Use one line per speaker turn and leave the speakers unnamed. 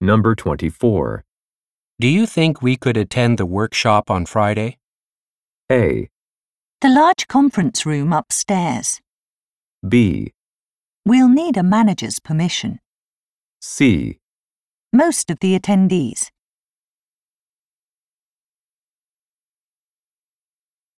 Number 24.
Do you think we could attend the workshop on Friday?
A,
The large conference room upstairs.
B,
We'll need a manager's permission.
C.
Most of the attendees.